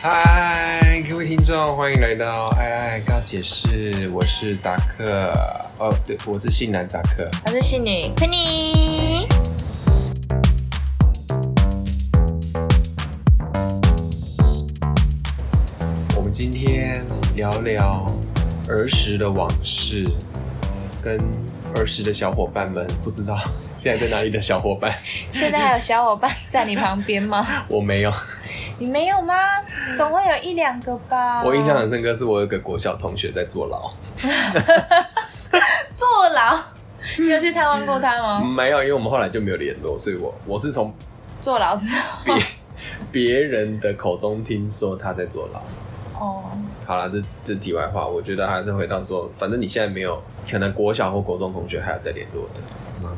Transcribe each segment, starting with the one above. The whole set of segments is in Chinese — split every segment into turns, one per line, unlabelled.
嗨，各位听众，欢迎来到爱爱告解释，我是扎克。哦，对，我是性男扎克。
我是仙女 Queenie。
我们今天聊聊儿时的往事，跟儿时的小伙伴们，不知道现在在哪里的小伙伴，
现在还有小伙伴在你旁边吗？
我没有。
你没有吗？总会有一两个吧。
我印象很深刻，是我有个国小同学在坐牢，
坐牢，你有去探望过他吗？
没有，因为我们后来就没有联络，所以我我是从
坐牢之后，
别别人的口中听说他在坐牢。
哦，
好啦，这这题外话，我觉得还是回到说，反正你现在没有，可能国小或国中同学还有在联络的。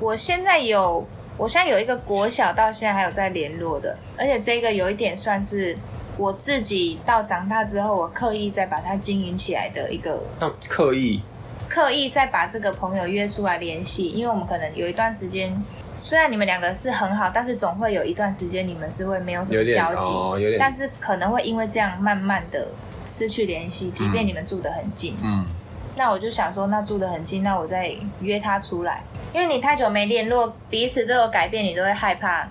我现在有，我现在有一个国小到现在还有在联络的，而且这个有一点算是我自己到长大之后，我刻意再把它经营起来的一个
那刻意
刻意再把这个朋友约出来联系，因为我们可能有一段时间，虽然你们两个是很好，但是总会有一段时间你们是会没有什
有
么
点
交集，
哦，有点，
但是可能会因为这样慢慢的失去联系，即便
嗯
你们住得很近。
嗯，
那我就想说，那住得很近，那我再约他出来，因为你太久没联络，彼此都有改变，你都会害怕，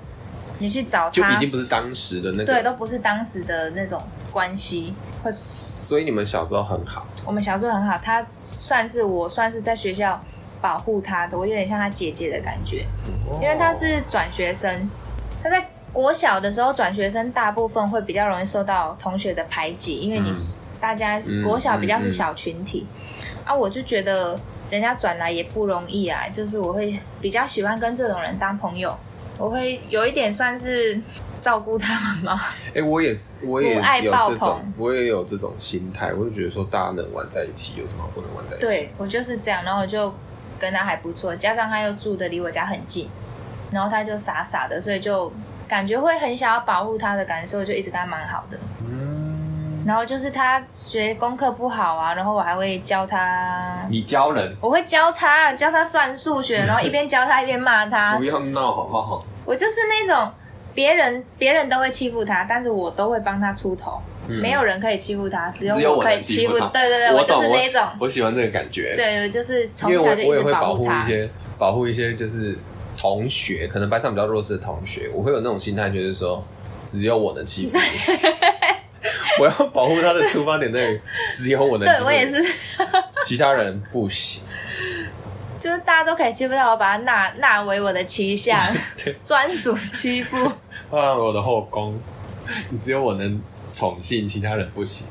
你去找
就已
他
经，不是当时的那
对，
个，
都不是当时的那种关系，会
所以你们小时候很好，
我们小时候很好，她算是我算是在学校保护她的，我有点像她姐姐的感觉，
哦
因为她是转学生，她在国小的时候转学生大部分会比较容易受到同学的排挤，因为你、
嗯
大家
嗯
国小比较
嗯
是
嗯
小群体，啊，我就觉得人家转来也不容易啊，就是我会比较喜欢跟这种人当朋友，我会有一点算是照顾他们嘛，
哎、我也是，我也
母爱
有
爆
这种
棚，
我也有这种心态，我就觉得说大家能玩在一起，有什么好不能玩在一起？，
对我就是这样，然后我就跟他还不错，加上他又住的离我家很近，然后他就傻傻的，所以就感觉会很想要保护他的感受，就一直跟他蛮好的。
嗯，
然后就是他学功课不好啊，然后我还会教他，
你教人
我会教他教他算 数学，然后一边教他一边骂他
不。要闹好不好？
我就是那种别人别人都会欺负他，但是我都会帮他出头，
嗯
没有人可以欺负他，只
只有
有
我
可以
能欺负他
对对对，我就
懂，
是
我
那种，
我喜欢这个感觉，
对，我就是
因
从
为我
小就
我也
一
会
直
保
护
护一
他。
些保护一些就是同学，可能班上比较弱势的同学，我会有那种心态，就是说只有我能欺负你。 我要保护他的出发点在于只有我能欺负
对
你，
我也是，
其他人不行。
就是大家都可以欺负到我，把它纳纳为我的旗下
对，
专属欺负。
啊，我的后宫，你只有我能宠幸，其他人不 行。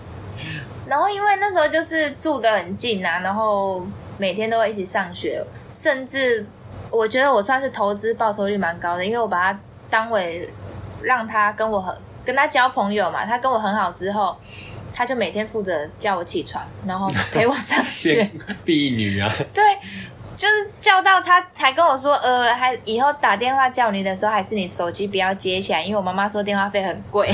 然后因为那时候就是住得很近啊，然后每天都会一起上学，甚至我觉得我算是投资报酬率蛮高的，因为我把它当为让他跟我很跟他交朋友嘛，他跟我很好之后，他就每天负责叫我起床，然后陪我上学
现。婢女 啊，
对，就是叫到他才跟我说，呃，还以后打电话叫你的时候，还是你手机不要接起来，因为我妈妈说电话费很 贵。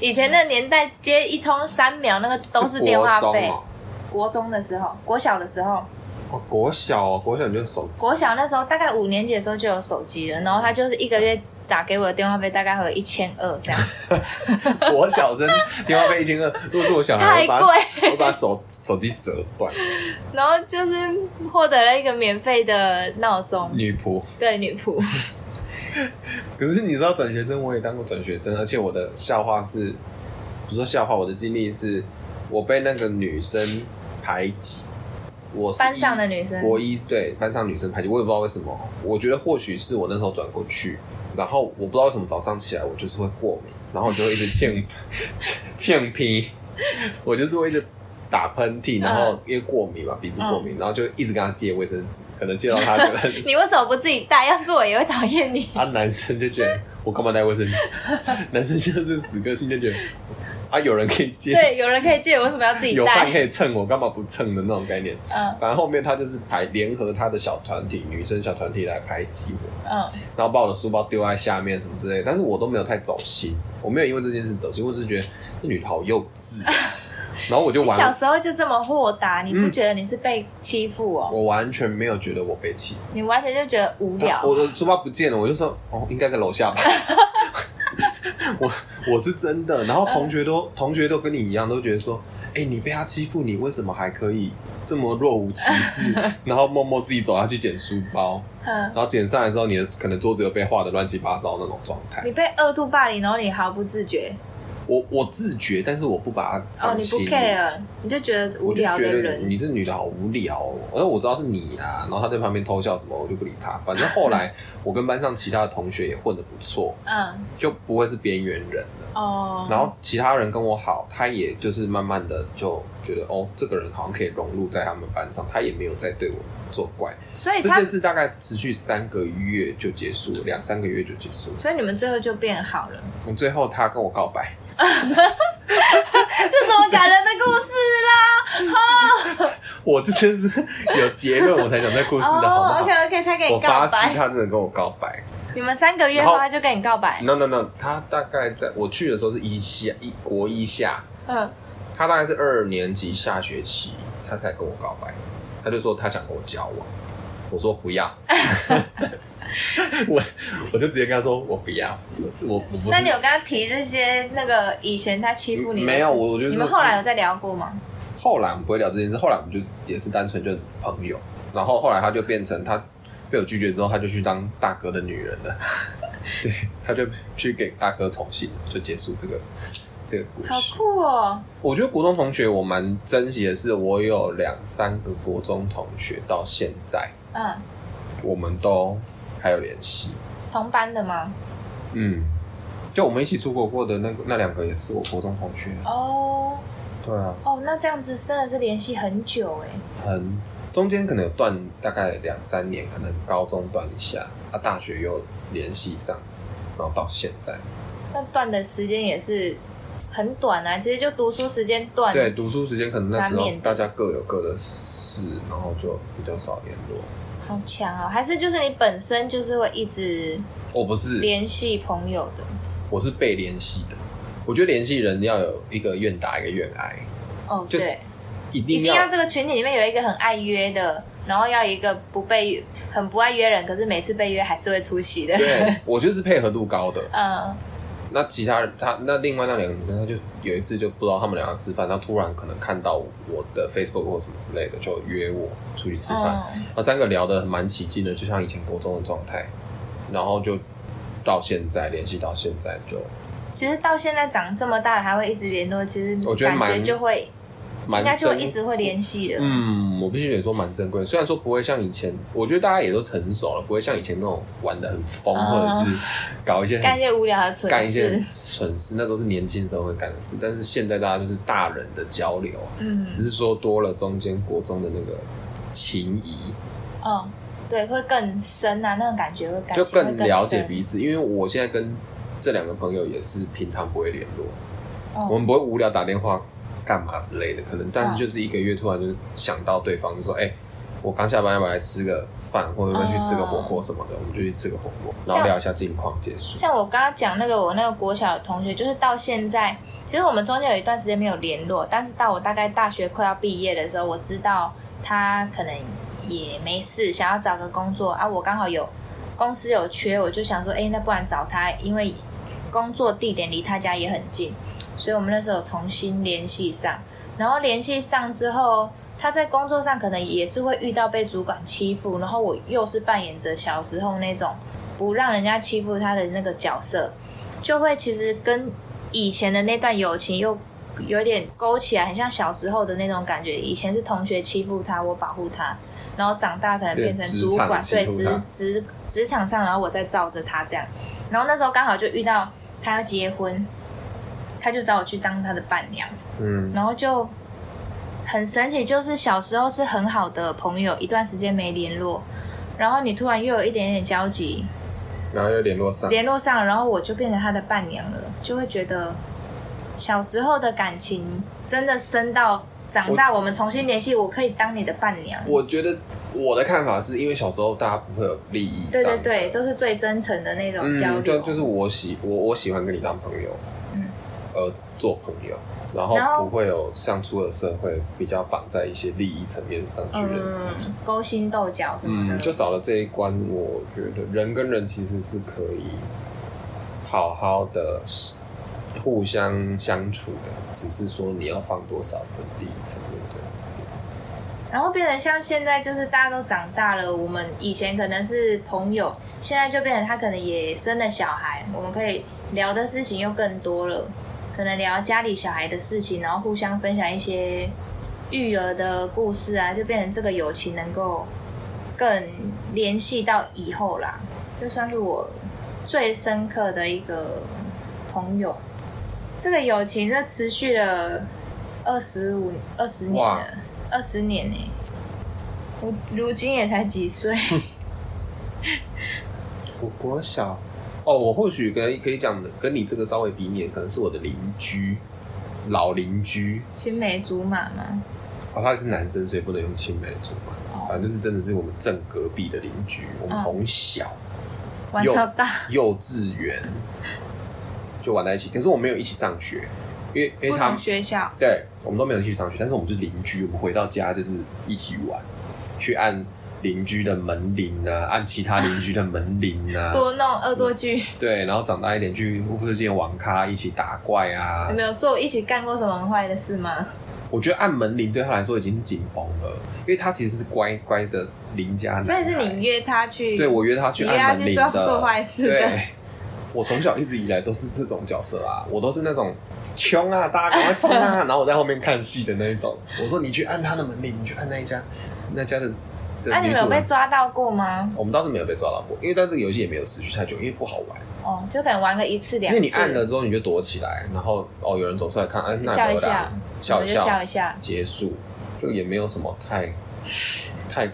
以前那个年代接一通三秒，那个都是电
国
话
中
费。
哦
国中的时候，国小的时候，
哦，国小哦，国小你就手机，
国小那时候大概五年级的时候就有手机了，然后他就是一个月打给我的电话费大概会有一千二 这样，
国小生电话费一千二，如果是我小孩，我
太
把
贵。
我把手手机折断，
然后就是获得了一个免费的闹钟，
女仆。
对女 仆，
可是你知道转学生，我也当过转学生，而且我的笑话是，不说笑话，我的经历是，我被那个女生排挤，我是
班上
一
的女生。
国一对班上女生排挤，我也不知道为什么，我觉得或许是我那时候转过去，然后我不知道为什么早上起来我就是会过敏，然后我就会一直 欠欠批，我就是会一直。打喷嚏，然
嗯
后因为过敏嘛，鼻子过敏，然后就一直跟他借卫生纸，可能借到他觉得很
你为什么不自己带？要是我也会讨厌你。
啊，男生就觉得我干嘛带卫生纸？男生就是死个性，就觉得啊，有人可以借，
对，有人可以借，我为什么要自己
有饭可
带？
以蹭，我干嘛不蹭的那种概念。
嗯
反正后面他就是排联合他的小团体，女生小团体来排挤我，
嗯，
然后把我的书包丢在下面什么之类的，但是我都没有太走心，我没有因为这件事走心，我只是觉得这女的好幼 稚，然后我就
你
完
小时候就这么豁达，你不觉得你是被欺负哦？
我完全没有觉得我被欺负，
你
啊
完全就觉得无聊
我。我书包不见了，我就说哦，应该在楼下吧。 我我是真的。然后同学都同学都跟你一样，都觉得说，哎、你被他欺负，你为什么还可以这么若无其事？ 然后默默自己走下去捡书包，
嗯
然后捡上来之后，你的可能桌子又被画的乱七八糟那种状态
你。被恶度霸凌，然后你毫不自觉，
我我自觉，但是我不把它
哦，
放
你不
心里。
care，你就觉得无
我就
聊的
觉得
人，
你是女的好无聊、哦，因为我知道是你啊啦，然后她在旁边偷笑什么，我就不理她。反正后来我跟班上其他的同学也混得不错，
嗯，
就不会是边缘人了。
哦，
然后其他人跟我好，他也就是慢慢的就觉得哦，这个人好像可以融入在他们班上，他也没有再对我作怪。
所以
这
哎他
件，事大概持续三个月就结束了，两三个月就结束了。
所以你们最后就变好了，
从最后他跟我告白，
这是什么感人的故事
我这就是有结论我才讲这故事
啦？
的好不
哦
好？
，OK OK，他跟
我
你
发
告
誓
白，
他真的跟我告白。
你们三个月
然后
后他就跟你告白，
No No No，他大概在我去的时候是一下一国一下，
嗯，
他大概是二年级下学期，他才跟我告白，他就说他想跟我交往，我说不要， 我我就直接跟他说我不要，我我不
那你有
是
跟他提这些那个以前他欺负你的事？
没有我我觉得
你
这
们
是
后来有再聊过吗？
后来我们不会聊这件事，后来我们就是也是单纯就是朋友，然后后来他就变成他被我拒绝之后，他就去当大哥的女人 了，对，他就去给大哥宠幸，就结束这个这个故事。
好酷哦！
我觉得国中同学我蛮珍惜的是，我有两三个国中同学到现在
嗯，
我们都还有联系。
同班的吗？
嗯，就我们一起出国过的那个那两个也是我国中同学。啊
哦
对啊，
哦，那这样子真的是联系很久哎。
很中间可能有断大概两三年，可能高中断一下，啊，大学又联系上，然后到现在。
那断的时间也是很短啊，其实就读书时间短。
对，，读书时间可能那时
难
候
免的
大家各有各的事，然后就比较少联络。
好强哦！还是就是你本身就是会一直
我不是
联系朋友的。
我是被联系的。我觉得联系人要有一个愿打一个愿挨，
哦，
就是
对，
一定
一定
要
要这个群体里面有一个很爱约的，然后要一个不被很不爱约人，可是每次被约还是会出席的。
对我就是配合度高的。
嗯，
那其他人他那另外那两个女生，她就有一次就不知道他们两个吃饭，她突然可能看到我的 Facebook 或什么之类的，就约我出去吃饭。
嗯
那、三个聊得蛮起劲的，就像以前国中的状态，然后就到现在联系到现在就
其实到现在长这么大了，还会一直联络，其实
我觉得
感
蛮
觉就会
蛮
应该就
珍
一直会联系的。
嗯，我必须得说蛮珍贵的。虽然说不会像以前，我觉得大家也都成熟了，不会像以前那种玩的很疯，
嗯
或者是搞一些
干一
很
些无聊的蠢事。
干一些很蠢事，那都是年轻时候会干的事。但是现在大家就是大人的交流，
嗯，
只是说多了中间国中的那个情谊，
哦，对，会更深啊，那种感觉会感
就
情会
更
更
了解
深
彼此。因为我现在跟这两个朋友也是平常不会联络，我
哦，
们不会无聊打电话干嘛之类的，可能但是
嗯
就是一个月突然就想到对方，就说哎、我刚下班，要不要来吃个饭，或者要不要去吃个火锅什么的，我们就去吃个火锅，然后
哦像
聊一下近况，结束。
像我刚刚讲那个我那个国小的同学，就是到现在，其实我们中间有一段时间没有联络，但是到我大概大学快要毕业的时候，我知道他可能也没事，想要找个工作啊，我刚好有公司有缺，我就想说，哎、那不然找他，因为工作地点离他家也很近，所以我们那时候重新联系上，然后联系上之后。他在工作上可能也是会遇到被主管欺负，然后我又是扮演着小时候那种不让人家欺负他的那个角色，就会其实跟以前的那段友情又有点勾起来，很像小时候的那种感觉。以前是同学欺负他，我保护他，然后长大可能变成主管，
对
对
职
职
场
职职场上，然后我在罩着他这样。然后那时候刚好就遇到他要结婚，他就找我去当他的伴娘。
嗯，
然后就很神奇，就是小时候是很好的朋友，一段时间没联络，然后你突然又有一点点交集，
然后又联络上，
联络上了，然后我就变成他的伴娘了，就会觉得小时候的感情真的深到长大，我们重新联系，我可以当你的伴娘。
我觉得我的看法是因为小时候大家不会有利益上的，
对对对，都是最真诚的那种交
嗯，
流。
就就是我喜我我喜欢跟你当朋友，
嗯
呃，做朋友，然后
然后
不会有像出了社会比较绑在一些利益层面上去认识。嗯
嗯，勾心斗角什么的，
嗯，就少了这一关，我觉得人跟人其实是可以好好的互相相处的，只是说你要放多少的利益成分在这边。
然后变成像现在，就是大家都长大了，我们以前可能是朋友，现在就变成他可能也生了小孩，我们可以聊的事情又更多了，可能聊家里小孩的事情，然后互相分享一些育儿的故事啊，就变成这个友情能够更联系到以后啦。这算是我最深刻的一个朋友，这个友情这持续了二十五二十年
哇
了。二十年呢、我如今也才几岁，
我国小哦，我或许可以可以讲的，跟你这个稍微比拟，可能是我的邻居，老邻居
青梅竹马嘛。
哦，他是男生，所以不能用青梅竹马，反
哦，
正就是真的是我们正隔壁的邻居，我们
嗯
从小。
玩
有
到大，
幼稚园就玩在一起，可是我没有一起上学，因为因
不
为他
同
们
学校，
对我们都没有一起上学，但是我们就是邻居，我们回到家就是一起玩，去按邻居的门铃啊，按其他邻居的门铃啊，
做那种恶作剧，
对，然后长大一点去附近网咖一起打怪啊
你。没有做一起干过什么很坏的事吗？
我觉得按门铃对他来说已经是紧绷了，因为他其实是乖乖的邻家男
所以是
孩
你约他去，
对，我约他去
你约他
按门
去
铃
做
的，
做坏事的
对， 我从小一直以来都是这种角色啊，我都是那种穷啊，大家赶快冲啊， 然后我在后面看戏的那一种。我说你去按他的门铃，你去按那一家，那家的
那、
的
啊你
女
们有
主
被
人。
抓到过吗？
我们倒是没有被抓到过，因为但这个游戏也没有持续太久，因为不好玩。
哦，就可能玩个一次两
因
次，
为你按了之后你就躲起来，然后哦有人走出来看，哎、那
笑一
有啦
我
笑
们
一
就
笑，
笑一下。
结束，就也没有什么太 太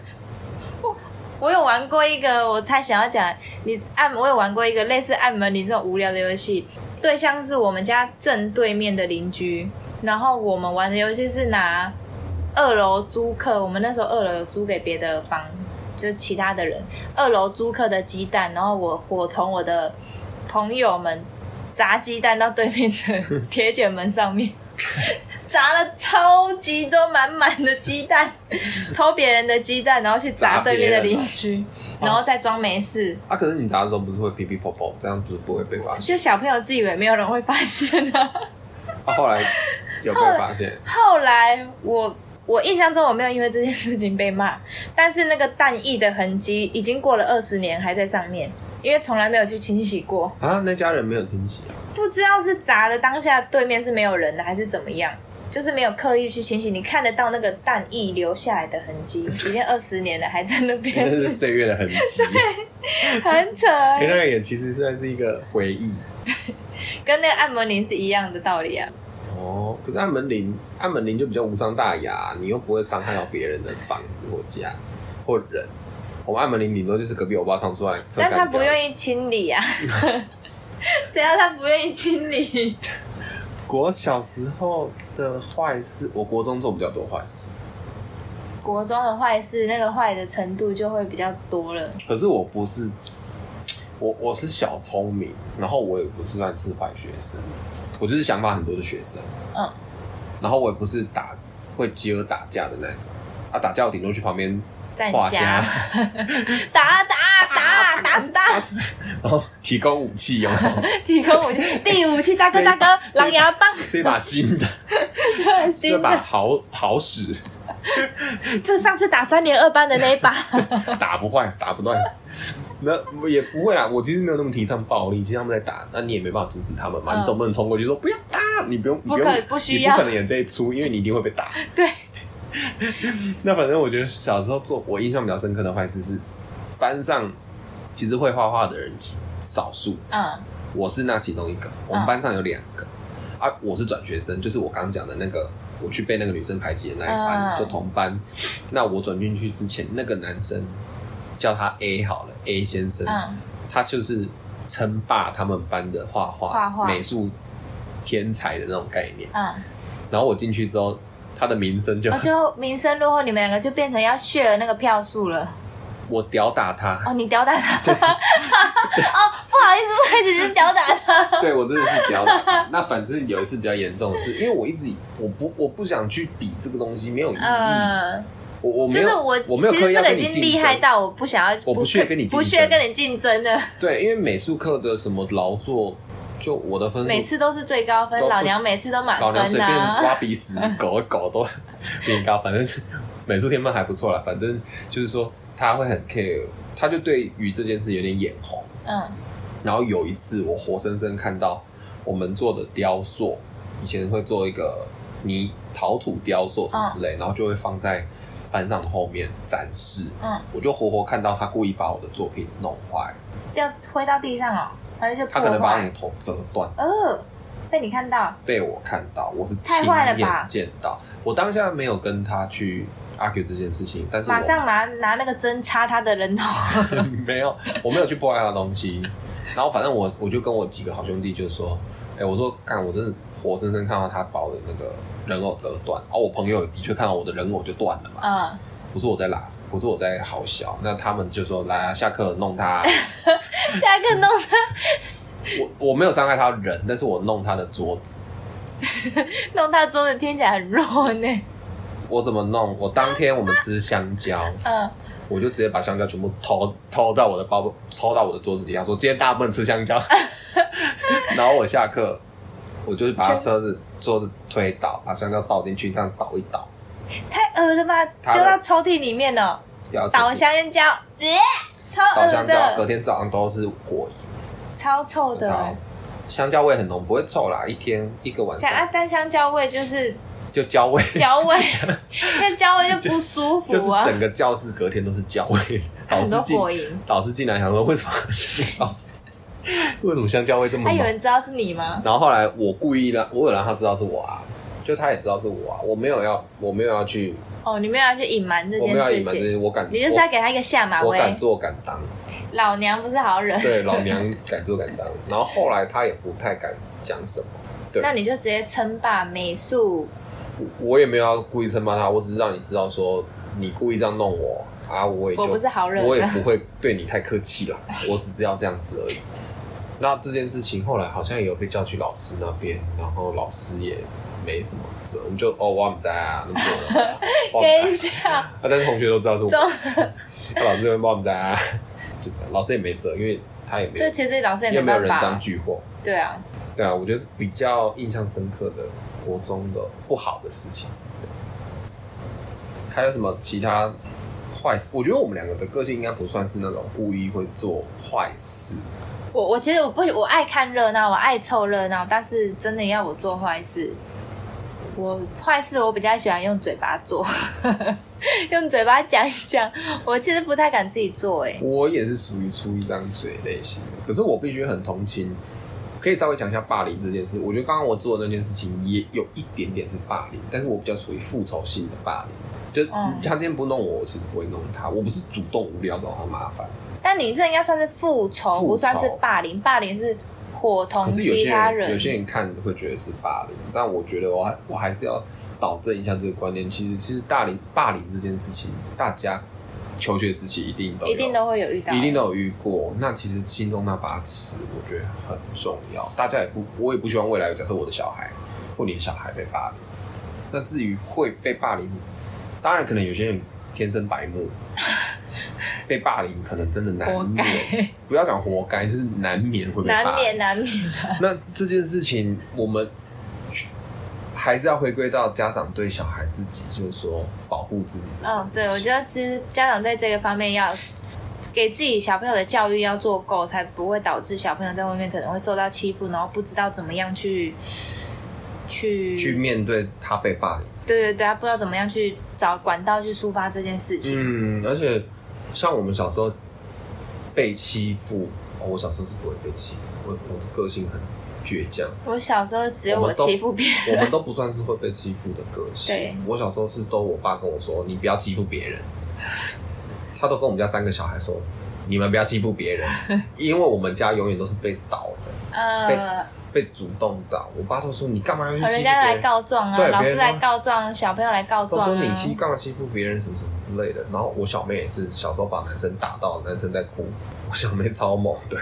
我有玩过一个，我太想要讲，你按我有玩过一个类似按门铃这种无聊的游戏，对象是我们家正对面的邻居，然后我们玩的游戏是拿二楼租客，我们那时候二楼有租给别的房，就是其他的人，二楼租客的鸡蛋，然后我伙同我的朋友们砸鸡蛋到对面的 铁卷门上面。砸了超级多满满的鸡蛋，偷别人的鸡蛋，然后去砸
砸别
对面的
人
邻
啊
居，然后再装没事。
啊。可是你砸的时候不是会噼噼啪啪，这样不是不会被发现？
就小朋友自以为没有人会发现啊。
啊，后来有被发现，
后来我我印象中我没有因为这件事情被骂，但是那个蛋液的痕迹已经过了二十年还在上面，因为从来没有去清洗过，
啊，那家人没有听起啊，
不知道是砸的当下对面是没有人的还是怎么样。就是没有刻意去清洗，你看得到那个蛋液留下来的痕迹，已经二十年了，还在那
那
边，
是岁月的 痕迹。
很扯欸。
哎，那个也其实算是一个回忆
跟那个按摩铃是一样的道 理啊。
哦。可是按门铃，按门铃就比较无伤大雅，啊你又不会伤害到别人的房子或家或人。我们按门铃顶多就是隔壁欧巴唱出来，
但他不
意。
愿意清理啊，谁让他不愿意清理？
国小时候的坏事，我国中做比较多坏事，
国中的坏事，那个坏的程度就会比较多了。
可是我不是。我我是小聪明，然后我也不是算是坏学生，我就是想法很多的学生。
嗯，
然后我也不是打会接而打架的那种啊，打架我顶多去旁边
站
画
下
虾，，
打打打啊打死他，
然后提供武器有没 有？
提供武器，第五器，大哥
这
大哥，狼牙棒，
这把新的，这
新
把
的，啊
好好使，
这上次打三年二班的那一把，
打不坏，打不断。 那也不会啦，啊我其实没有那么提倡暴力，其实他们在打，那你也没办法阻止他们嘛，
嗯
你总不能冲过去说不要打，你不用，你
不
用
可以，不需
你
要
不可能演这一出，因为你一定会被打。
对，
那反正我觉得小时候做我印象比较深刻的坏事是，班上其实会画画的人少数，
嗯，
我是那其中一个，我们班上有两个、啊，我是转学生，就是我刚刚讲的那个，我去被那个女生排挤的那一班，
嗯
就同班。那我转进去之前，那个男生叫他 A 好了，A 先生，
嗯
他就是称霸他们班的画画、
画画
美术天才的那种概念。
嗯，
然后我进去之后，他的名声就、
我哦就名声落后，你们两个就变成要血那个票数 了。
我屌打他，
哦，你吊打他， 哦，不好意思，不好意思，是吊打 他。
对我真的是比较懒。 那反正有一次比较严重的是，因为我一直以我不我不想去比这个东西没有意义，
嗯，
我我没
就是
有
我，
我没有
其
刻
实
意
这
要
个
跟
已
你竞
经厉害
争。
到我不想要，
我不屑跟你竞
不屑
争
跟你竞争了。
对，因为美术课的什么劳作，就我的分数
每次都是最高分，
都不
老娘每次都满
老娘随
分
便
啊！
挖鼻屎，狗的狗都比你高。反正美术天分还不错啦，反正就是说他会很 care，他就对于这件事有点眼红。
嗯，
然后有一次，我活生生看到我们做的雕塑，以前会做一个泥陶土雕塑什么
嗯
之类，然后就会放在班上的后面展示。
嗯，
我就活活看到他故意把我的作品弄坏，
掉挥到地上哦，还是就
他
破
可能把你
坏
的？头折断，
哦，被你看到，
被我看到，我是亲
太坏了吧
眼见到。我当下没有跟他去 argue 这件事情，但是我
马上拿拿那个针插他的人头。
没有，我没有去破坏他的东西。然后反正我我就跟我几个好兄弟就说，哎、我说看我真的活生生看到他把我的那个人偶折断，啊而、我朋友的确看到我的人偶就断了嘛，
嗯，
不是我在拉，不是我在好笑。那他们就说来啊，下课弄他。
下一个弄他
我我没有伤害他人，但是我弄他的桌子。
弄他桌子，听起来很弱呢。
我怎么弄？我当天我们吃香蕉，
嗯，
我就直接把香蕉全部偷偷到我的包，抄到我的桌子底下，说今天大家不能吃香蕉。 然后我下课，我就是把他车子桌子推倒，把香蕉倒进去，这样倒一倒，
太恶了吧？
他的
丢到抽屉里面了，
然后就
倒香蕉，呃超
倒
恶
香蕉，隔
的，
天早上都是果
超臭
蝇，
的。
超香蕉味很浓，不会臭啦，一天一个晚
像啊
上，
但香蕉 味就是
就焦味，
焦 味，那焦味就不舒
就
服
是
啊，
整个教室隔天都是焦味。老
很
师
多
进
火影。
老师进来想说为什么香蕉， 为什么香蕉味这么
那
浓
有？人知道是你吗？
然后后来我故意让，我有让他知道是我啊，就他也知道是我啊，我没有要，我没有要去，
哦，你没有要去隐瞒这
我
件
没有要
事
隐瞒这
情，
些，我敢，
你就是要给他一个下马
我我
威。
敢做敢当，
老娘不是好人，
对，老 娘敢做敢当。然后后来他也不太敢讲什么，对
那你就直接称霸美术。
我我也没有要故意称骂他，我只是让你知道说你故意这样弄我啊，我也就
我不是好人啊
我也不会对你太客气了，我只是要这样子而已。那这件事情后来好像也有被叫去老师那边，然后老师也没什么责，我们就哦，我们在啊，那么多人，我们
等一 下，
啊，但是同学都知道是我，
中
那、老师就会帮我们在啊，就这样，老师也没责，因为他也没
就其实老师也
也没有
办
人
法
赃。俱获，
对啊，
对啊，我觉得比较印象深刻的国中的不好的事情是这样。还有什么其他坏事？我觉得我们两个的个性应该不算是那种故意会做坏事。
我我其实我不我爱看热闹，我爱凑热闹，但是真的要我做坏事，我坏事我比较喜欢用嘴巴做， 用嘴巴讲一讲。我其实不太敢自己做、欸，
我也是属于出一张嘴类型的，可是我必须很同情。可以稍微讲一下霸凌这件事。我觉得刚刚我做的那件事情也有一点点是霸凌，但是我比较属于复仇性的霸凌。就
嗯
他今天不弄我，我其实不会弄他。我不是主动无聊找他麻烦，
但你这应该算是复仇，
复仇
不算是霸凌，霸凌是伙同
可是有
其
些
他
有些人看会觉得是霸凌，但我觉得我还我还是要导正一下这个观念。其实其实霸凌霸凌这件事情，大家求学时期一定都有
一定都会有遇到，
一定都有遇过。那其实心中那把尺，我觉得很重要。大家也不我也不希望未来假设我的小孩或你的小孩被霸凌。那至于会被霸凌，当然可能有些人天生白 目，被霸凌可能真的难
活
免。
该，
不要讲活该，就是难免会被霸凌。
难免难免。
那这件事情，我们还是要回归到家长对小孩自己，就是说保护自己的。
嗯，对，我觉得其实家长在这个方面要给自己小朋友的教育要做够，才不会导致小朋友在外面可能会受到欺负，然后不知道怎么样去去
去面对他被霸凌，
对对对，他不知道怎么样去找管道去抒发这件事情。
嗯，而且像我们小时候被欺负，哦、我小时候是不会被欺负，我我的个性很倔 强，
我小时候只有
我
我
们都
欺负别人，
我们都不算是会被欺负的个
对
性。我小时候是都我爸跟我说，你不要欺负别人， 他都跟我们家三个小孩说，你们不要欺负别人， 因为我们家永远都是被倒的。
呃，
被主动到，我爸就说你干嘛要去欺
和
负
人
别
家来
人？
告状啊，
对
老
别
师
人
来
都
告状，小朋友来告
都
状
说
啊
你。欺干嘛欺负别人什么什么之类的。然后我小妹也是小时候把男生打到，男生在哭， 我小妹超猛的，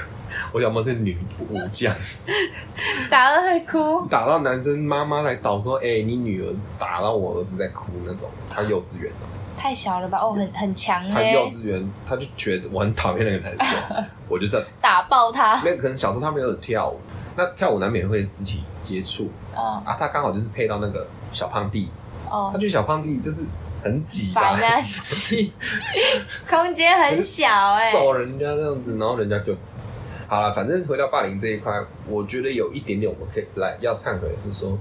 我小妹是女武将，
打到会哭，
打到男生妈妈来倒说，哎、你女儿打到我儿子在哭那种，她幼稚园。
太小了吧？哦，很很强
他
哎、
幼稚园他就觉得我很讨厌那个男 生，我就在
打爆他！
那可能小时候他没有跳舞，那跳舞难免会肢体接触
哦
啊，他刚好就是配到那个小胖弟，他
哦，
觉得小胖弟就是很挤吧
反，正 空间很小哎、
揍人家这样子，然后人家就哭。好了，反正回到霸凌这一块，我觉得有一点点我们可以来要忏悔，是说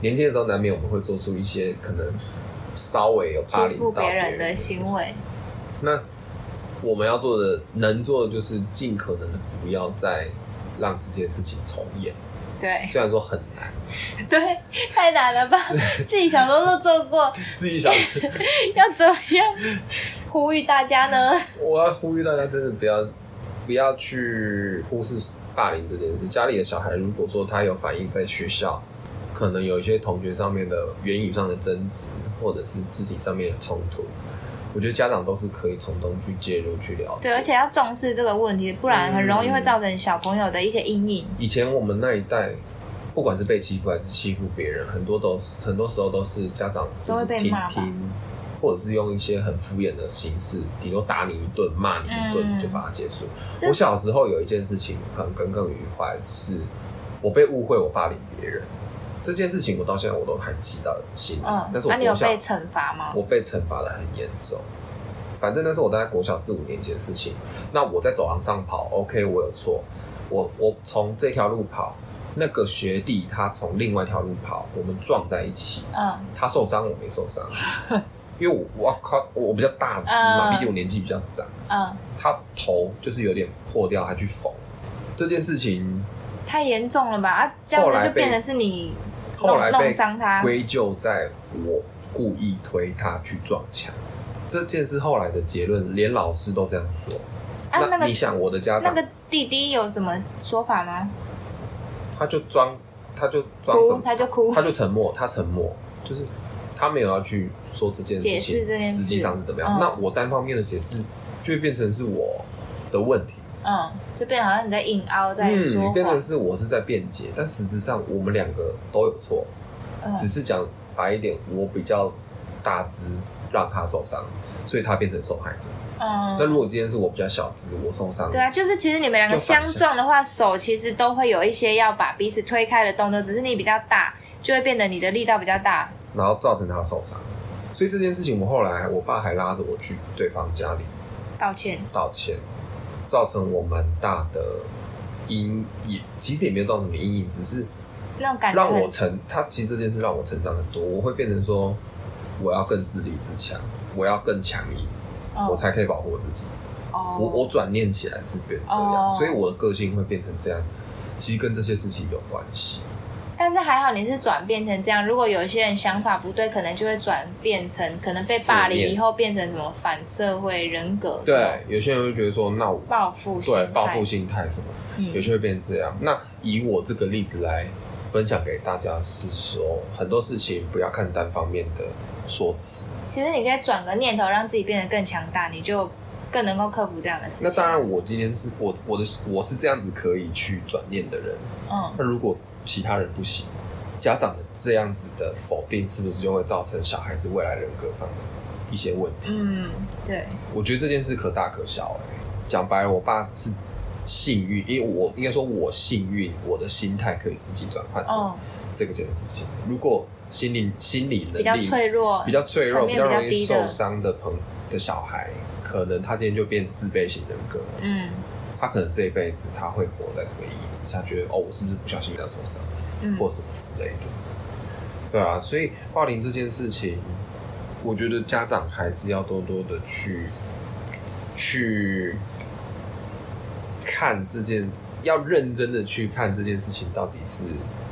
年轻的时候难免我们会做出一些可能稍微有霸
欺
凌
负
到
别人的
人
行为，嗯
那我们要做的，能做的就是尽可能的不要再让这些事情重 演。
对
虽然说很难，
对，太难了吧？自己小时候都做过，
自己想，
要怎么样呼吁大家呢？
我要呼吁大家，真的不要不要去忽视霸凌这件事。家里的小孩如果说他有反映在学校，可能有一些同学上面的言语上的争执，或者是肢体上面的冲突，我觉得家长都是可以从中去介入去了解。
对，而且要重视这个问题，不然很容易会造成小朋友的一些阴影。
以前我们那一代，不管是被欺负还是欺负别人，很多都是很多时候都是家长就
都
是
会被
听
骂吧
听，或者是用一些很敷衍的形式，顶多打你一顿、骂你一顿、
嗯
就把它结束。
这
我小时候有一件事情很耿耿于怀，是我被误会我霸凌别人这件事情，我到现在我都还记到心里。
嗯，
但是
那、
我
你有
国小
被惩罚吗？
我被惩罚的很严重。反正那是我大概国小四五年级的事情。那我在走廊上跑，OK，我有错。我我从这条路跑，那个学弟他从另外一条路跑，我们撞在一起，
嗯，
他受伤，我没受 伤，因为我我靠，我我比较大只嘛，
嗯
毕竟我年纪比较长。
嗯，
他头就是有点破掉，他去缝这件事情，
太严重了吧？啊，这样
后来
子就
被
变成是你
后
弄
来被
弄伤他。
归咎在我故意推他去撞墙。这件事后来的结论，连老师都这样说。
啊，那
那
个
你想，我的家
那
长
个弟弟有什么说法吗？
他就装，他就装什
哭，
么？
他就哭
他。就沉默，他沉默，就是他没有要去说这件事
解释
情
这件事
实际上是怎么样。
嗯
那我单方面的解释就会变成是我的问题，
嗯，就变得好像你在硬凹，在说
嗯变
话
成。是我是在辩解，但实质上我们两个都有错，
嗯
只是讲白一点，我比较大只，让他受伤，所以他变成受害者。但
嗯，
如果今天是我比较小只，我受伤，
对啊，就是其实你们两个
就反
相
向
撞的话，手其实都会有一些要把彼此推开的动作，只是你比较大，就会变得你的力道比较大。
然后造成他受伤。所以这件事情，我后来我爸还拉着我去对方家里
道歉。
道歉，造成我蛮大的阴，也其实也没有造成什么阴影，只是
那种感觉
让
很哦
我成他其实这件事让我成长很多，我会变成说我要更自立自强，我要更强硬，
嗯
我才可以保护我自己。
哦，
我我转念起来是变这样，
哦
所以我的个性会变成这样，其实跟这些事情有关系。
但是还好你是转变成这样。如果有一些人想法不对，可能就会转变成可能被霸凌
负面
以后变成什么反社会人格，
对，，啊有些人会觉得说，那我
报复心态
对报复，心态什么。
嗯
有些会变成这样。那以我这个例子来分享给大家，是说很多事情不要看单方面的说辞。
其实你可以转个念头，让自己变得更强大，你就更能够克服这样的事情。
那当，然，我今天是我我的我是这样子可以去转念的人。
嗯，
那如果其他人不行，家长的这样子的否定，是不是就会造成小孩子未来人格上的一些问题？
嗯，对，
我觉得这件事可大可小、欸。讲白了，我爸是幸运，因为我应该说我幸运，我的心态可以自己转换成
哦，
这个件事情。如果心理心理能力
比较脆弱，
比较脆弱、
层
比
面
较
比较
容易
低
受
的，
伤的朋的小孩，可能他今天就变自卑型人格了。
嗯
他可能这一辈子他会活在这个阴影之下，觉得哦，我是不是不小心要受伤，
嗯
或什么之类的。对啊，所以霸凌这件事情，我觉得家长还是要多多的去去看这件，要认真的去看这件事情到底是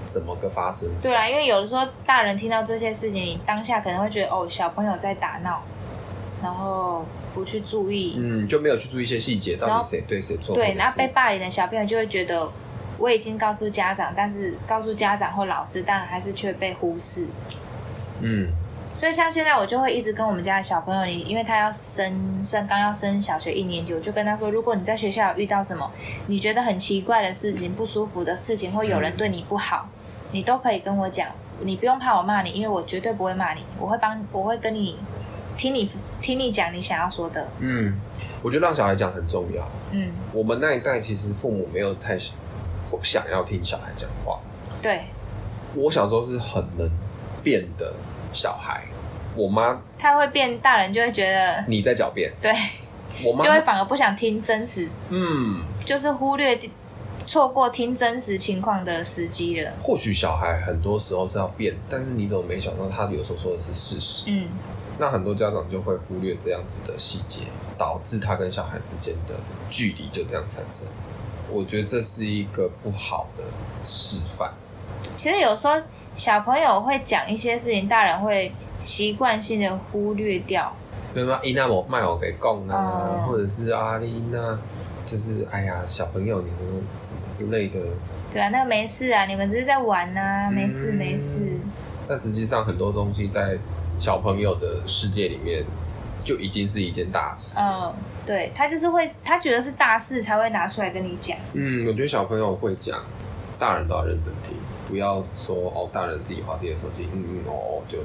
怎么个发生
对啦，啊因为有的时候大人听到这些事情，你当下可能会觉得哦，小朋友在打闹，然后不去注意，
嗯，就没有去注意一些细节，
然
到
后
底谁对谁错。
对，
或者
那
是
被霸凌的小朋友就会觉得，我已经告诉家长，但是告诉家长或老师，但还是却被忽视。
嗯，
所以像现在我就会一直跟我们家的小朋友，你因为他要升升刚要升小学一年级，我就跟他说，如果你在学校有遇到什么你觉得很奇怪的事情、不舒服的事情，或有人对你不好，你都可以跟我讲，你不用怕我骂你，因为我绝对不会骂你，我会帮，我会跟你听你听你讲你想要说的，
嗯，我觉得让小孩讲很重要。
嗯，
我们那一代其实父母没有太想想要听小孩讲话。
对
我小时候是很能变的小孩，我妈
他会变大人就会觉得
你在狡辩，
对，
我妈
就会反而不想听真实，
嗯，
就是忽略错过听真实情况的时机了。
或许小孩很多时候是要变，但是你怎么没想到他有时候说的是事实？
嗯，
那很多家长就会忽略这样子的细节，导致他跟小孩之间的距离就这样产生。我觉得这是一个不好的示范。
其实有时候小朋友会讲一些事情，大人会习惯性的忽略掉。
对吗？伊娜某卖我给供啊，
哦
或者是阿丽娜，就是哎呀，小朋友你什么什么之类的。
对啊，那个没事啊，你们只是在玩呐、啊，没事
嗯
没事。
但实际上很多东西在小朋友的世界里面就已经是一件大事。
嗯，对他就是会，他觉得是大事才会拿出来跟你讲。
嗯，我觉得小朋友会讲，大人都要认真听，不要说哦，大人自己划自己的手机，嗯嗯哦哦，就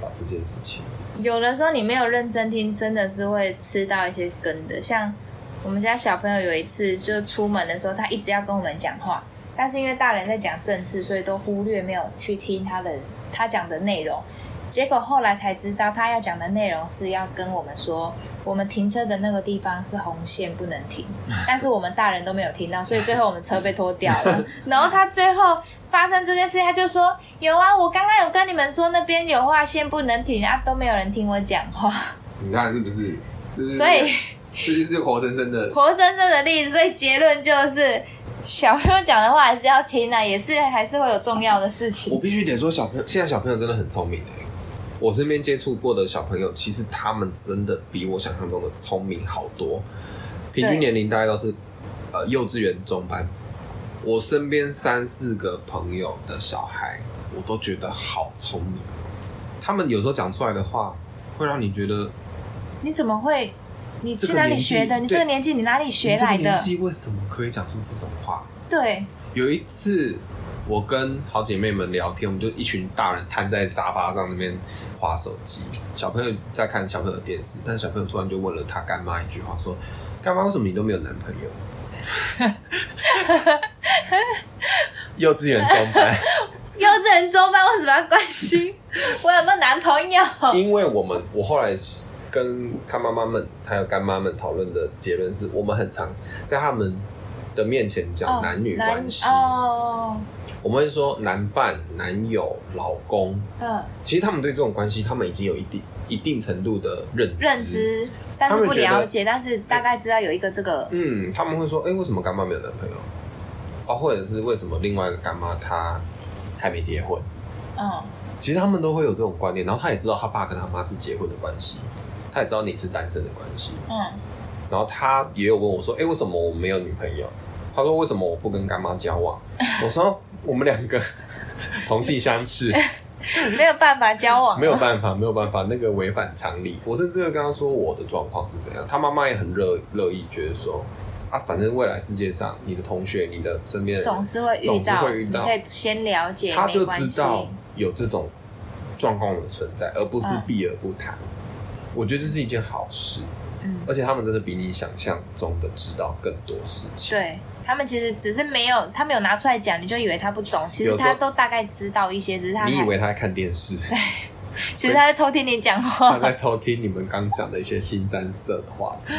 把这件事情，
有的时候你没有认真听，真的是会吃到一些根的。像我们家小朋友有一次就出门的时候，他一直要跟我们讲话，但是因为大人在讲正事，所以都忽略没有去听他的他讲的内容。结果后来才知道，他要讲的内容是要跟我们说，我们停车的那个地方是红线，不能停。 但是我们大人都没有听到，所以最后我们车被拖掉了。 然后他最后发生这件事，他就说：“有啊，我刚刚有跟你们说那边有划线不能停啊，都没有人听我讲话。
你看是不是？这”是
所以
这就是活生生的。
活生生的例子，所以结论就是，小朋友讲的话还是要听啊，也是还是会有重要的事
我
情。
必须得说，小朋友现在小朋友真的很聪明哎、我身边接触过的小朋友，其实他们真的比我想象中的聪明好多。平均
对
年龄大概都是呃幼稚园中班。我身边三四个朋友的小孩，我都觉得好聪明。他们有时候讲出来的话，会让你觉得
你怎么会？你
这
去
个
哪里
年纪
学的？你这个
对
年纪你哪里学
你这个
来
年
的？
纪为什么可以讲出这种话？
对，
有一次，我跟好姐妹们聊天，我们就一群大人瘫在沙发上那边划手机，小朋友在看小朋友的电视，但小朋友突然就问了他干妈一句话，说：“干妈，为什么你都没有男朋友？” 幼稚园中班，
幼稚园中班为什么要关心 我有没有男朋友？
因为我们我后来跟他妈妈们还有干妈们讨论的结论是，我们很常在他们的面前
哦
讲男女关系，
哦，
我们会说男伴、男友、老公，
嗯，
其实他们对这种关系，他们已经有一定一定程度的认知。
认知，但是不了解，但是大概知道有一个这个，
嗯，他们会说，哎、为什么干妈没有男朋友？啊，或者是为什么另外一个干妈她还没结婚？
嗯，
其实他们都会有这种观念，然后他也知道他爸跟他妈是结婚的关系，他也知道你是单身的关系，
嗯，
然后他也有问我说，哎、为什么我没有女朋友？他说为什么我不跟干妈交往？我说我们两个同性相斥。
没有办法交往，
没有办法，没有办法，那个违反常理。我甚至会跟他说我的状况是怎样，他妈妈也很乐乐意，觉得说啊，反正未来世界上你的同学、你的身边的人
总，是会遇
总是
到，
会遇到
你可以先了解，
他就
没关系
知道有这种状况的存在，而不是
嗯
避而不谈。我觉得这是一件好事，
嗯，
而且他们真的比你想象中的知道更多事情。
对他们其实只是没有，他没有拿出来讲，你就以为他不懂，其实
有时候
他都大概知道一些，只是他
你以
还
为他在看电视，
其实他在偷听你讲
他
话，
在偷听你们刚讲的一些新三色的话题，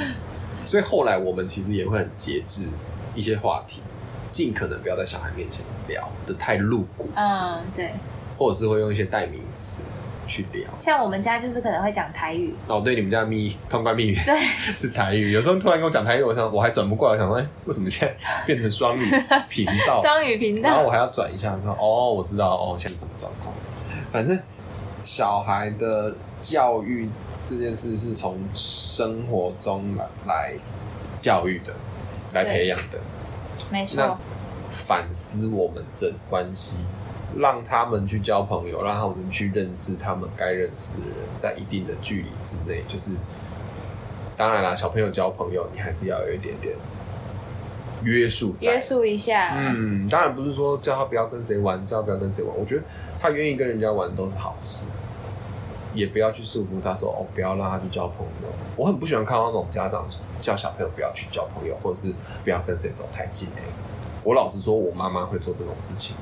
所以后来我们其实也会很节制一些话题，尽可能不要在小孩面前聊的太露骨，
嗯，对，
或者是会用一些代名词去聊。
像我们家就是可能会讲台语，
哦，对，你们家密通关密语
对
是台语，有时候突然跟我讲台语，我想我还转不过来，我想说，哎，为什么现在变成双语频 道？
双语频
然后
道，
我还要转一下，说哦，我知道哦，现在是什么状况。反正小孩的教育这件事是从生活中来来教育的，来培养的。
没错
那，反思我们的关系，让他们去交朋友，让他们去认识他们该认识的人，在一定的距离之内，就是当然啦，小朋友交朋友，你还是要有一点点约束在，
约束一下，
嗯，当然不是说叫他不要跟谁玩，叫他不要跟谁玩。我觉得他愿意跟人家玩都是好事。也不要去束缚他说哦，不要让他去交朋友。我很不喜欢看到那种家长叫小朋友不要去交朋友，或者是不要跟谁走太近、欸。我老实说，我妈妈会做这种事情。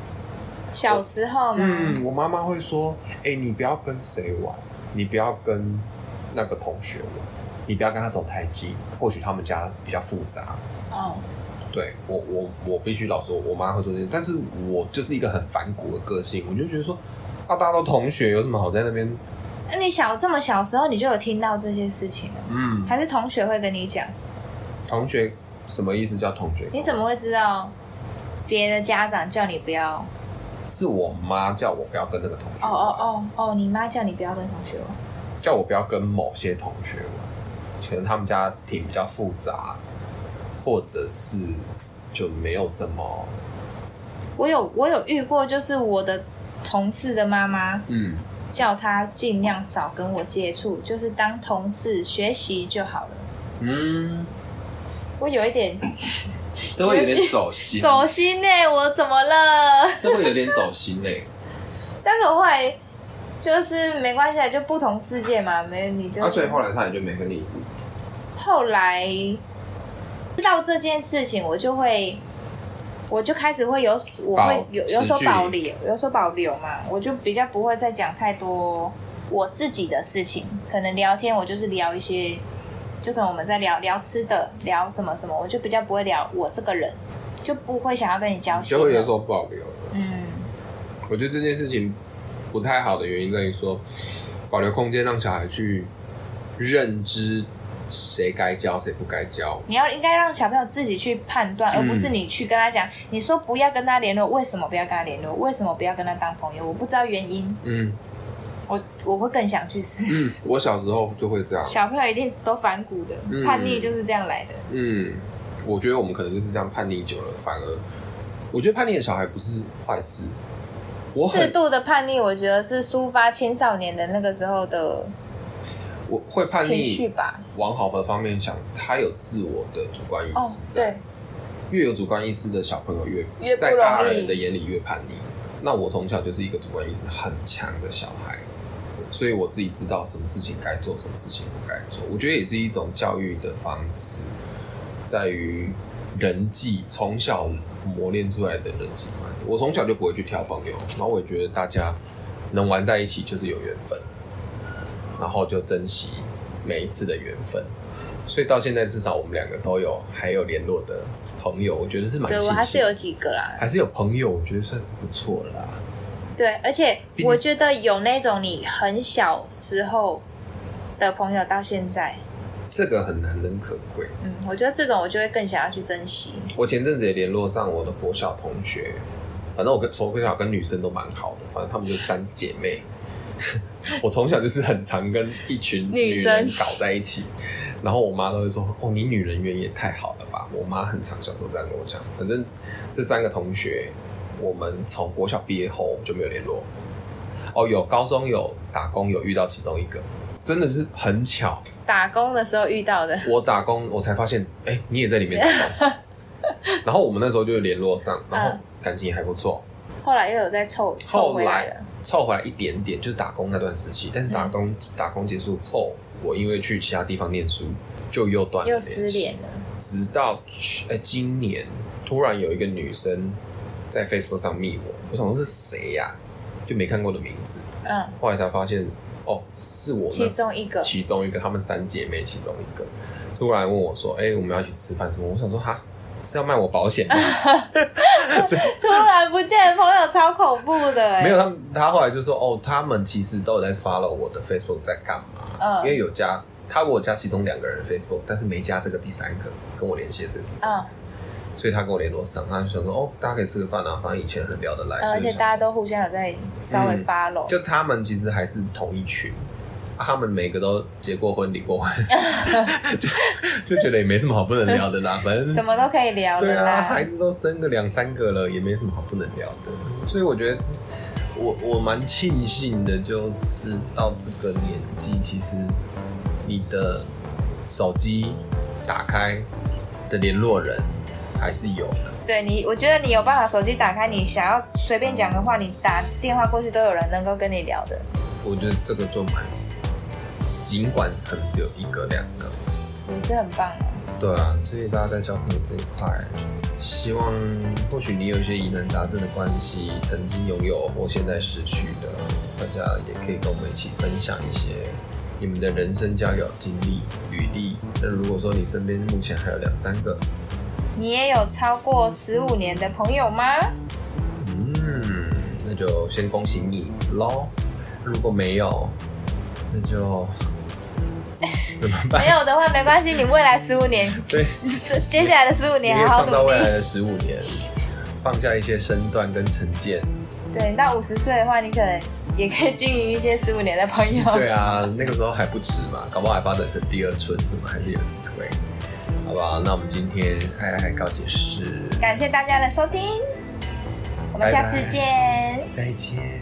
小时候嘛，
嗯，我妈妈会说：“哎、你不要跟谁玩，你不要跟那个同学玩，你不要跟他走太近。或许他们家比较复杂。
哦，
对”我，我我必须老实说，我妈会做这些，但是我就是一个很反骨的个性，我就觉得说，啊，大家都同学，有什么好在那边？
那你小这么小时候你就有听到这些事情了，
嗯，
还是同学会跟你讲？
同学什么意思叫同学？
你怎么会知道别的家长叫你不要？
是我妈叫我不要跟那个同学
哦
玩，
哦哦哦，你妈叫你不要跟同学玩，
叫我不要跟某些同学玩，可能他们家庭比较复杂，或者是就没有这么
我有我有遇过，就是我的同事的妈妈
嗯
叫她尽量少跟我接触，就是当同事学习就好了。
嗯，
我有一点
这会有点走心，
走心呢、欸我怎么 了？
这会有点走心欸嘞、
但是我后来就是没关系啊，就不同世界嘛，没你 就、
啊，所以后来他也就没跟你，
后来知道这件事情，我就会，我就开始会有，我
保
会有有所
持距离
保留，有所保留嘛，我就比较不会再讲太多我自己的事情。可能聊天，我就是聊一些，就可能我们在聊聊吃的，聊什么什么，我就比较不会聊我这个人，就不会想要跟你交心
就
了。
会有所保留。
嗯，
我觉得这件事情不太好的原因在于说，保留空间让小孩去认知谁该教谁不该教。
你要应该让小朋友自己去判
嗯
断，而不是你去跟他讲，你说不要跟他联络，为什么不要跟他联络？为什么不要跟他当朋友？我不知道原因。
嗯
我我会更想去试。
嗯，我小时候就会这样。
小朋友一定都反骨的，
嗯
叛逆就是这样来的。
嗯，我觉得我们可能就是这样叛逆久了，反而我觉得叛逆的小孩不是坏事。我
适
很
度的叛逆，我觉得是抒发青少年的那个时候的
我会叛
情绪
逆，
吧。
往好的方面想，他有自我的主观意
哦
识，在。
对，
越有主观意识的小朋友越
越不容
在
易
大人的眼里越叛逆。那我从小就是一个主观意识很强的小孩，所以我自己知道什么事情该做，什么事情不该做。我觉得也是一种教育的方式，在于人际从小磨练出来的人际观。我从小就不会去挑朋友，然后我也觉得大家能玩在一起就是有缘分，然后就珍惜每一次的缘分。所以到现在，至少我们两个都有还有联络的朋友，我觉得是蛮
对
庆幸
我
的
还是有几个啦。
还是有朋友，我觉得算是不错啦。
对，而且
毕竟
我觉得有那种你很小时候的朋友到现在，
这个很难能可贵。
嗯，我觉得这种我就会更想要去珍惜。
我前阵子也联络上我的国小同学，反正我跟从小跟女生都蛮好的，反正她们就是三姐妹。 我从小就是很常跟一群
女生
人搞在一起，然后我妈都会说：“哦，你女人缘也太好了吧！”我妈很常小时候这样跟我讲。反正这三个同学，我们从国小毕业后我们就没有联络。哦，有高中有打工有遇到其中一个，真的是很巧，
打工的时候遇到的，
我打工，我才发现，哎、你也在里面打工。然后我们那时候就联络上，然后
嗯
感情也还不错。
后来又有再凑凑
后
回来
来
了。嗯
凑回来一点点，就是打工那段时期。但是打工、打工结束后，我因为去其他地方念书，就又断了
又
联系
失联了，
直到去呃今年，突然有一个女生在 Facebook 上密我，我想说是谁呀、就没看过的名字。
嗯，
后来才发现，哦，是我那
其中一个，
其中一个，她们三姐妹其中一个，突然问我说：“哎、我们要去吃饭什么？”我想说：“哈，是要卖我保 险吗？”所以
突然不见的朋友超恐怖的、欸，
没有，他们，他后来就说：“哦，他们其实都有在 follow 我的 Facebook 在干嘛？
嗯
因为有加他，我加其中两个人 Facebook，但是没加这个第三个跟我联系的这个第三个，
嗯，
所以他跟我联络上，他就想说：哦，大家可以吃个饭啊，反正以前很聊得来，
呃而
就是
且
想
大家都互相有在稍微
嗯
follow，、
就他们其实还是同一群，啊、他们每个都结过婚、离过婚， 就就觉得也没什么好不能聊的啦，反正
什
是
么都可以聊
对
了啦。
啊，孩子都生个两三个了，也没什么好不能聊的。所以我觉得自我我蛮庆幸的，就是到这个年纪，其实你的手机打开的联络人还是有的。
对你，我觉得你有办法手机打开，你想要随便讲的话，你打电话过去都有人能够跟你聊的。
我觉得这个就蛮，尽管可能只有一个两个，嗯
也是很棒哦。
对啊，所以大家在交朋友这一块，希望或许你有一些疑难杂症的关系，曾经拥有或现在失去的，大家也可以跟我们一起分享一些你们的人生交友经历、履历。那如果说你身边目前还有两三个，
你也有超过十五年的朋 友吗？
嗯，那就先恭喜你喽。如果没有，那就怎么办？
没有的话没关系，你未来十 五年，
对。
接下来的十五
你
年
可以
好好
放到
努
未来
力。
的十五年，放下一些身段跟成见。
对，到五十岁的话，你可能也可以经营一些十五年的朋友。
对啊，那个时候还不迟嘛，搞不好还发展成第二春，怎么还是有机会？好不好？那我们今天嗨嗨告解释，
感谢大家的收听，我们下次
拜拜
见。
再见。